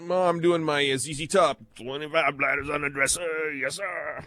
Ma, I'm doing my uh, ZZ Top. 25 bladders on the dresser. Yes, sir.